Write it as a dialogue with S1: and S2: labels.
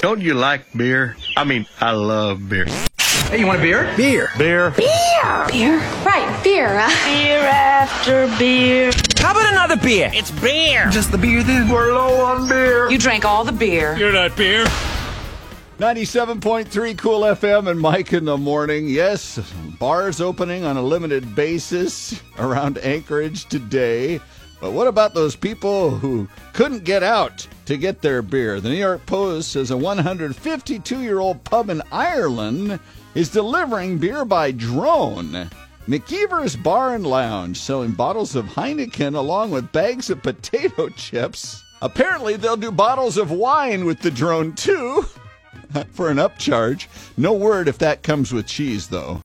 S1: Don't you like beer? I mean, I love beer.
S2: Hey, you want a beer?
S1: Beer. Beer.
S3: Beer. Beer. Right, beer.
S4: Beer after beer.
S2: How about another beer?
S5: It's beer.
S2: Just the beer then.
S1: We're low on beer.
S6: You drank all the beer.
S5: You're not beer.
S7: 97.3 Cool FM and Mike in the morning. Yes, bars opening on a limited basis around Anchorage today. But what about those people who couldn't get out to get their beer? The New York Post says a 152 year old pub in Ireland is delivering beer by drone. McKeever's Bar and Lounge selling bottles of Heineken along with bags of potato chips. Apparently, they'll do bottles of wine with the drone too for an upcharge. No word if that comes with cheese, though.